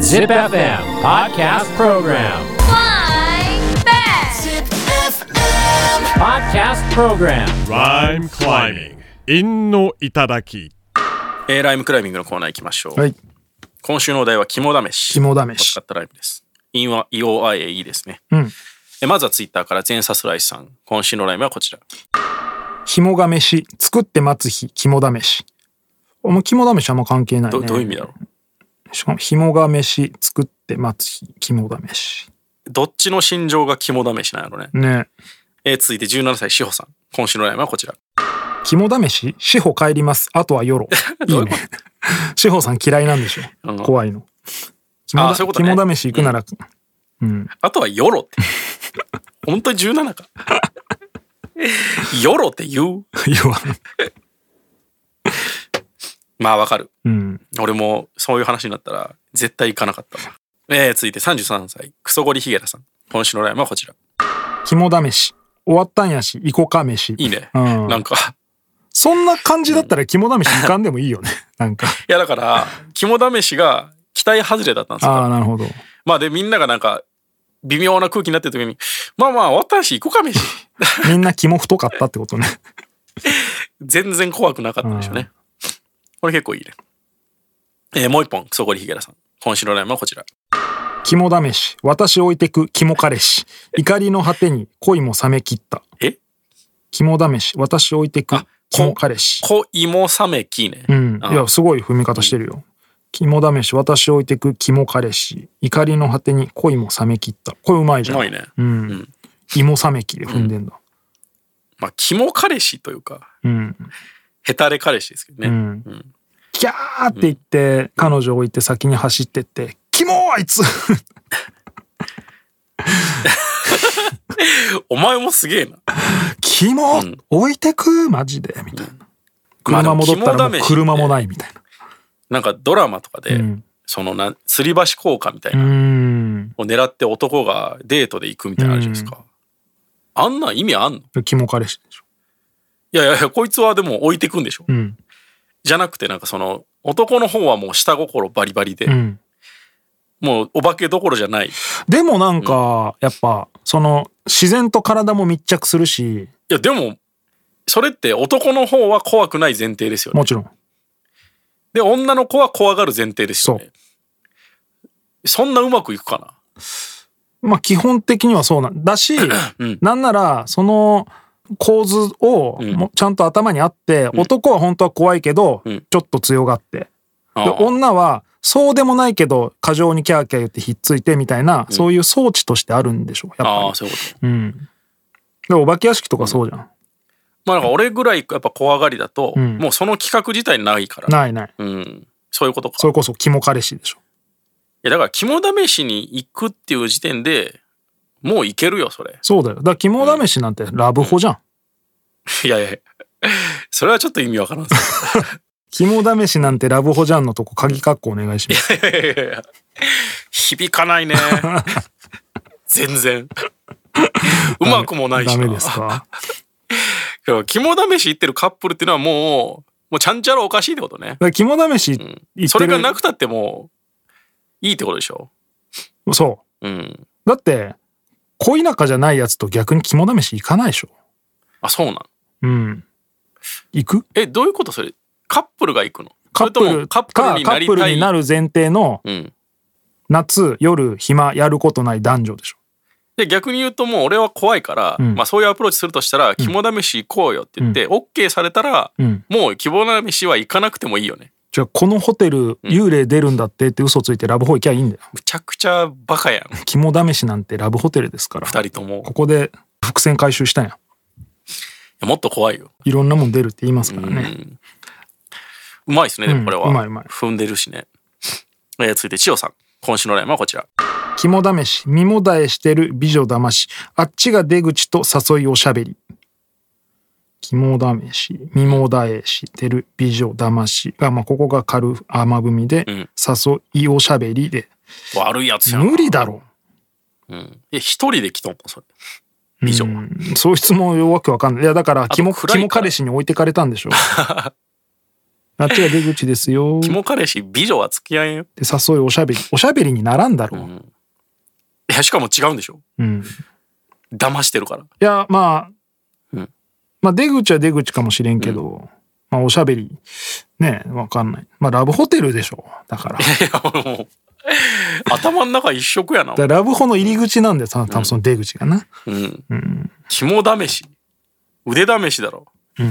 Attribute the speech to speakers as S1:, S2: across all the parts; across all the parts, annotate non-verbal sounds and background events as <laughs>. S1: Zip FM Podcast Program.
S2: Flying back.
S1: Podcast Program.
S3: Rhyme Climbing 韻の頂き
S4: えーライムクライミングのコーナー行きましょう。
S5: はい。
S4: 今週のお題は肝試し。
S5: 肝試し
S4: 欲かったライムです。インは EOIAE ですね。
S5: うん。
S4: えまずはツイッターから全サスライスさん。今週のライムはこちら。
S5: 肝試し、作って待つ日、肝試し。あんま肝試しはあんま関係ない
S4: ど,、
S5: ね。
S4: どういう意味だろ
S5: しかも、肝試し、作って待つ日、肝試し。
S4: うどっちの心情が肝試しなんやろね。
S5: ね
S4: えー続いて17歳、志保さん。今週のライムはこちら。
S5: え。肝試し、志保帰ります。あと
S4: <laughs>
S5: は夜。いいね。 <laughs> 志保さん嫌いなんでしょ
S4: うん。
S5: 怖いの。
S4: あ
S5: 肝
S4: ーそういうことね
S5: 肝試し行くなら、
S4: あとはヨ
S5: <laughs>
S4: ロって。本当に17か。ヨロって言う
S5: 言わない。
S4: まあわかる。
S5: うん。
S4: 俺もそういう話になったら絶対行かなかったわ。えー続いて33歳、クソゴリヒゲラさん。今週のライムはこちら。
S5: 肝試し。終わったんやし、行こか飯。
S4: いいね。
S5: うん
S4: なんか、
S5: そんな感じだったら肝試し行かんでもい
S4: <laughs>
S5: いよね。なんか。
S4: いやだから、肝試しが期待外れだったんです
S5: ああ、
S4: よ。
S5: なるほど。
S4: まあで、みんながなんか、微妙な空気になってる時に、まあまあ終わったし行こうか飯。
S5: みんな肝太かったってことね。
S4: 全然怖くなかったんでしょうね。これ結構いいね。えーもう一本、クソゴリヒゲラさん。今週のラインはこちら。
S5: 肝試し私置いてく肝彼氏怒りの果てに恋も冷め切った
S4: え
S5: 肝試し私置いてく
S4: あ
S5: 肝彼氏
S4: 小芋サメキね。
S5: うん
S4: あ
S5: いやすごい踏み方してるよ肝試し私置いてく肝彼氏怒りの果てに恋も冷め切ったこれうまいじ
S4: う
S5: ゃん
S4: まいね。
S5: うん、
S4: うん
S5: 芋冷め切で踏んでんだ
S4: まあ、肝彼氏というか、
S5: うん
S4: ヘタレ彼氏ですけど
S5: う
S4: ね。
S5: ん、
S4: ん
S5: キャーって言って、彼女置いて先に走ってって「肝あいつ!
S4: お前もすげえな。
S5: 肝、
S4: うん
S5: 置いてくマジで」みたいな、
S4: まあで
S5: 車
S4: も
S5: 戻ったらも
S4: 肝
S5: う
S4: 試しって
S5: 車もないみたいな
S4: なんかドラマとかで、
S5: うん
S4: そのな、吊り橋効果みたいうな、
S5: ん
S4: を狙って男がデートで行くみたいなのあるじゃないですか。あんなん意味あんのい
S5: 肝彼氏でしょ。
S4: やいやいや、こいつはでも置いてくんでしょ。
S5: うん。
S4: じゃなくてなんかその、男の方はもう下心バリバリで、
S5: うん。
S4: もうお化けどころじゃない。い
S5: でもなんか、やっぱ、その、自然と体も密着するし、
S4: や、でも、それって男の方は怖くない前提ですよね。
S5: もちろん。
S4: で、女の子は怖がる前提ですよね。そんなうまくいくかな
S5: まあ基本的にはそうなんだ <clears throat> し、
S4: ん
S5: なんなら、その、構図を
S4: ん
S5: もちゃんと頭にあって、男は本当は怖いけど、
S4: ん
S5: ちょっと強がって。
S4: あ
S5: で
S4: あ
S5: 女は、そうでもないけど、過剰にキャーキャー言ってひっついてみたいな、そういう装置としてあるんでしょう、や
S4: ああ、
S5: っぱ
S4: そういうこと。
S5: り。うん。で、お化け屋敷とかそうじゃん。
S4: まあなんか俺ぐらいやっぱ怖がりだと、
S5: ん
S4: もうその企画自体ないから。
S5: ないない。
S4: うん。そういうことか。
S5: それこそ、肝彼氏でしょ。
S4: いやだから肝試しに行くっていう時点でもう行けるよそれ
S5: そうだよ。だから肝試しなんてラブホじゃん。
S4: いやいや <laughs> それはちょっと意味わからんっす
S5: 肝試しなんてラブホジャンのとこ鍵括弧お願いします。
S4: いやいやいや響か
S5: <laughs>
S4: ないね全然うまくもないし
S5: ダ
S4: な
S5: メですか
S4: でも肝試し行ってるカップルっていうのはもうもうちゃんちゃらおかしいってことね
S5: だから肝試し行ってる、
S4: それがなくたってもういいってことでしょ
S5: そ
S4: うん
S5: う。だって、恋仲じゃないやつと逆に肝試し行かないでしょ。
S4: あそうなん
S5: うん。行く
S4: えどういうことそれカップルが行くの
S5: カップ
S4: それとも
S5: ル
S4: カ
S5: か
S4: ップルに
S5: カ
S4: なり
S5: ッ
S4: た
S5: プ
S4: い
S5: ルになる前提の
S4: うん
S5: 夏、夜、暇、やることない男女でしょ。
S4: で逆に言うともう俺は怖いから、
S5: ん
S4: まあ、そういうアプローチするとしたら肝試し行こうよって言って、OK されたら、
S5: うん
S4: もう肝試しは行かなくてもいいよね
S5: じゃあこのホテル幽霊出るんだってって嘘ついてラブホ行きゃいいんだよ。
S4: むちゃくちゃバカやん
S5: 肝試しなんてラブホテルですから。
S4: 二人と
S5: <laughs>
S4: も
S5: ここで伏線回収したんや。
S4: もっと怖いよ、
S5: いろんなもん出るって言いますから
S4: う
S5: ね。
S4: ん、うまいですねでもこれは、
S5: うんうまいうまい
S4: 踏んでるしね、えー、続いて千代さん今週のラインはこちら
S5: 肝試し、身もだえしてる美女騙し、あっちが出口と誘いおしゃべり。肝試し、身もだえしてる美女騙しが、まあ、ここが軽い甘踏みで、
S4: ん
S5: 誘いおしゃべりで、
S4: 悪いやつやん
S5: 無理だろ
S4: うんえ一人で来とんのそれ美女、
S5: うんそいつもよくわかんない。いや、だか
S4: と
S5: ら、肝、
S4: 暗いから <laughs>
S5: 肝彼氏に置いてかれたんでしょ。あっちが出口ですよ。
S4: キモ彼氏、美女は付き合えんよ。
S5: で誘いおしゃべり。おしゃべりにならんだろう。
S4: いや、しかも違うんでしょ
S5: うん。
S4: 騙してるから。
S5: いや、まあ、
S4: うん
S5: まあ出口は出口かもしれんけど、まあおしゃべり、ねえ、わかんない。まあラブホテルでしょ。
S4: <laughs>
S5: だから。だ
S4: いや、もう、 <laughs> 頭の中一色やな。
S5: からラブホの入り口なんだよ、た多分その出口がな。
S4: うん。肝試し。腕試しだろ。 <laughs>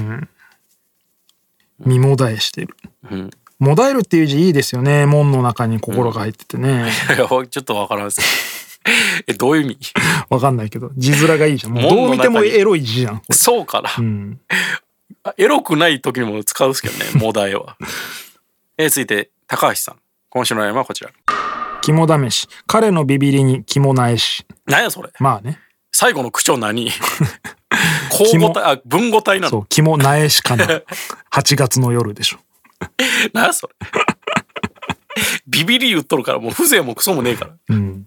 S5: 身もだえしてる。
S4: うん。
S5: もだえるっていう字いいですよね。門の中に心が入っててね。
S4: いや、ちょっとわからんっす。 <laughs> え、どういう意味 <laughs>
S5: わかんないけど、字面がいいじゃん。もう
S4: 門の
S5: どう見ても
S4: 中に
S5: エロい字じゃん。これ
S4: そうかな。
S5: うん。
S4: あエロくない時にも使うっすけどね、モダエは。え、続いて、高橋さん。今週の悩みはこちら。
S5: 肝試し。彼のビビりに肝ないし。
S4: 何やそれ。
S5: まあね。
S4: 最後の口調何口語体、あ、文語体な
S5: そ
S4: の。
S5: う、肝苗しかな。8月の夜でしょ。
S4: 何やそれ。 <laughs> ビビり言っとるから、もう風情もクソもねえから。
S5: うん。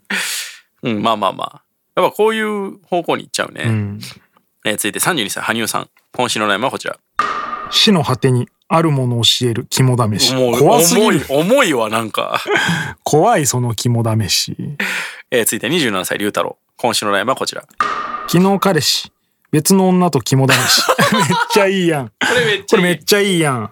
S4: うん、まあまあまあ。やっぱこういう方向に行っちゃうね。
S5: うん。
S4: えー続いて32歳、羽生さん。今週の悩みはこちら。
S5: 死の果てにあるものを教える肝試し。
S4: もう、
S5: 怖すぎ
S4: 重い
S5: る。、
S4: 重いわ、なんか。 <laughs>
S5: 怖い、その肝試し。
S4: えー続いて27歳、龍太郎。今週の悩みはこちら。こ
S5: 昨日彼氏。別の女と肝試し。 <laughs> めっちゃいいやん。
S4: れめっ
S5: これめっちゃいいやん。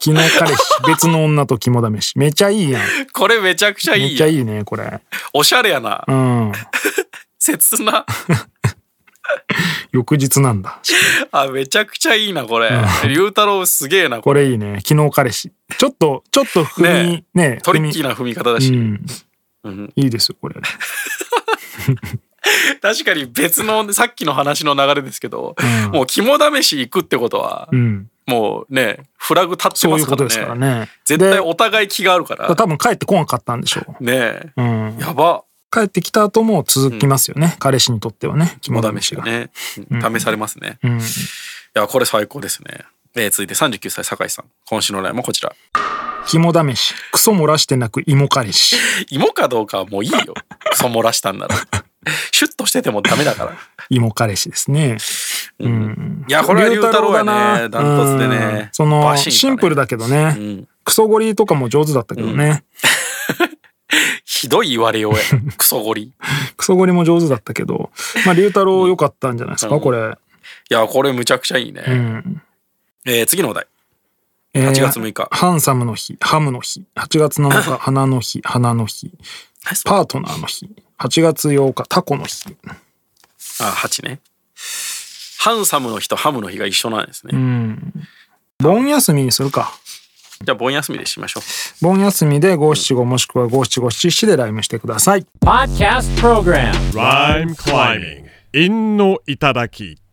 S5: 昨日彼氏。別の女と肝試し。めちゃいいやん。
S4: これめちゃくちゃい
S5: めっ
S4: い
S5: ちゃ
S4: やん。
S5: いいね、これ。
S4: おしゃれやな
S5: う。ん。
S4: 切な。
S5: 翌日なんだ。
S4: あ、めちゃくちゃいいな、これ。龍太郎すげえな、こ
S5: これいいね。昨日彼氏。ちょっと、ちょっと踏み、ね
S4: れ。トリッキー
S5: な。
S4: な踏み方だ
S5: う
S4: し。
S5: ん。
S4: うん
S5: いいですよ、これ。
S4: 確かに別の、さっきの話の流れですけど、
S5: うん
S4: もう肝試し行くってことは
S5: う、ん。
S4: もうね、フラグ立って
S5: そ
S4: ま
S5: ういう
S4: すか
S5: こと
S4: ら
S5: ですから
S4: ね。
S5: ね。
S4: 絶対
S5: で
S4: お互い気があるから。
S5: 多分帰ってこなかったんでしょ
S4: ね
S5: う。うん
S4: え。。やば。
S5: 帰ってきた後も続きますよね。彼氏にとってはね。肝
S4: 肝試
S5: 試し
S4: し
S5: が。
S4: がね。試されますね。
S5: うん。
S4: いや、これ最高ですね。えー続いて39歳、酒井さん。今週のラインもこちら。
S5: 肝試し。クソ漏らしてなく芋彼
S4: <laughs>
S5: 氏。
S4: 芋かどうかはもういい
S5: <laughs>
S4: よ。クソ漏らしたんなら。シュッとしててもダメだから。
S5: 芋彼氏ですね。うん。
S4: いや、これは龍太郎やね。ダントツで
S5: うん
S4: ね。
S5: その、
S4: バシンだね
S5: シンプルだけどね。
S4: うん
S5: クソゴリとかも上手だったけどね。
S4: ひどい言われようや。クソゴリ。い
S5: クソゴリも上手だったけど。まあ、龍太郎良かったんじゃないです
S4: う
S5: か、
S4: ん
S5: これ。
S4: や、これむちゃくちゃいいね。
S5: うん。
S4: えー次のお題。
S5: えー
S4: 8月6日
S5: ハンサムの日、ハムの日。8月7
S4: <laughs>
S5: 日、花の日、花の日。パートナーの日。8月8日、タコの日。
S4: あ、8ね。ハンサムの日とハムの日が一緒なんですね。
S5: うん。盆休みにするか。
S4: じゃあ、盆休みでしましょう。
S5: 盆休みで五七五もしくは五七五七七でライムしてください。
S1: Podcast Program
S3: Rhyme climbing. 陰の頂き。